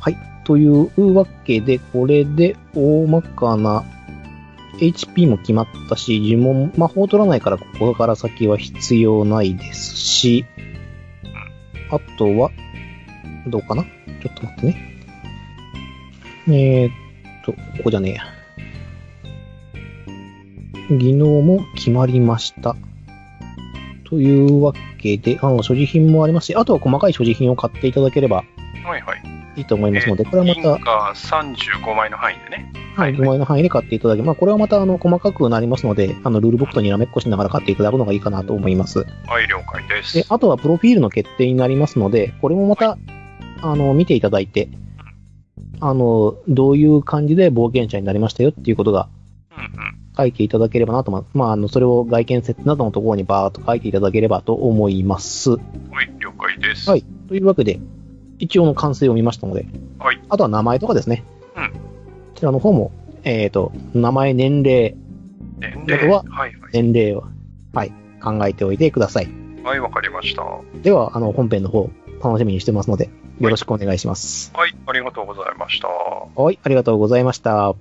Speaker 1: はい。というわけで、これで大まかな HP も決まったし、呪文、魔法取らないから、ここから先は必要ないですし、あとは、どうかなちょっと待ってね。えーっと、ここじゃねえや。技能も決まりました。というわけで、あの、所持品もありますし、あとは細かい所持品を買っていただければ
Speaker 2: はいはい。
Speaker 1: いいと思いますので、これはま
Speaker 2: 銀
Speaker 1: た、
Speaker 2: 貨35枚の範囲でね。
Speaker 1: はい、5枚の範囲で買っていただけ、まあ、これはまた、あの、細かくなりますので、あの、ルールブックとにらめっこしながら買っていただくのがいいかなと思います。
Speaker 2: はい、了解です
Speaker 1: で。、あとはプロフィールの決定になりますので、これもまた、あの、見ていただいて、あの、どういう感じで冒険者になりましたよっていうことが
Speaker 2: うんうん。
Speaker 1: 書いていただければなと思います。まあ、あの、それを外見設定などのところにバーっと書いていただければと思います。
Speaker 2: はい、了解です。
Speaker 1: はい。というわけで、一応の完成を見ましたので、
Speaker 2: はい
Speaker 1: あとは名前とかですね。
Speaker 2: うん
Speaker 1: こちらの方も、えっ、と、名前、年齢、
Speaker 2: 年
Speaker 1: あ
Speaker 2: 齢
Speaker 1: とは
Speaker 2: はいは
Speaker 1: 年齢は、はい、考えておいてください。
Speaker 2: い。はい、わかりました。は
Speaker 1: では、あの、本編の方、楽しみにしてますので、よろしくお願いします。
Speaker 2: い、ありがとうございました。
Speaker 1: はい、ありがとうございました。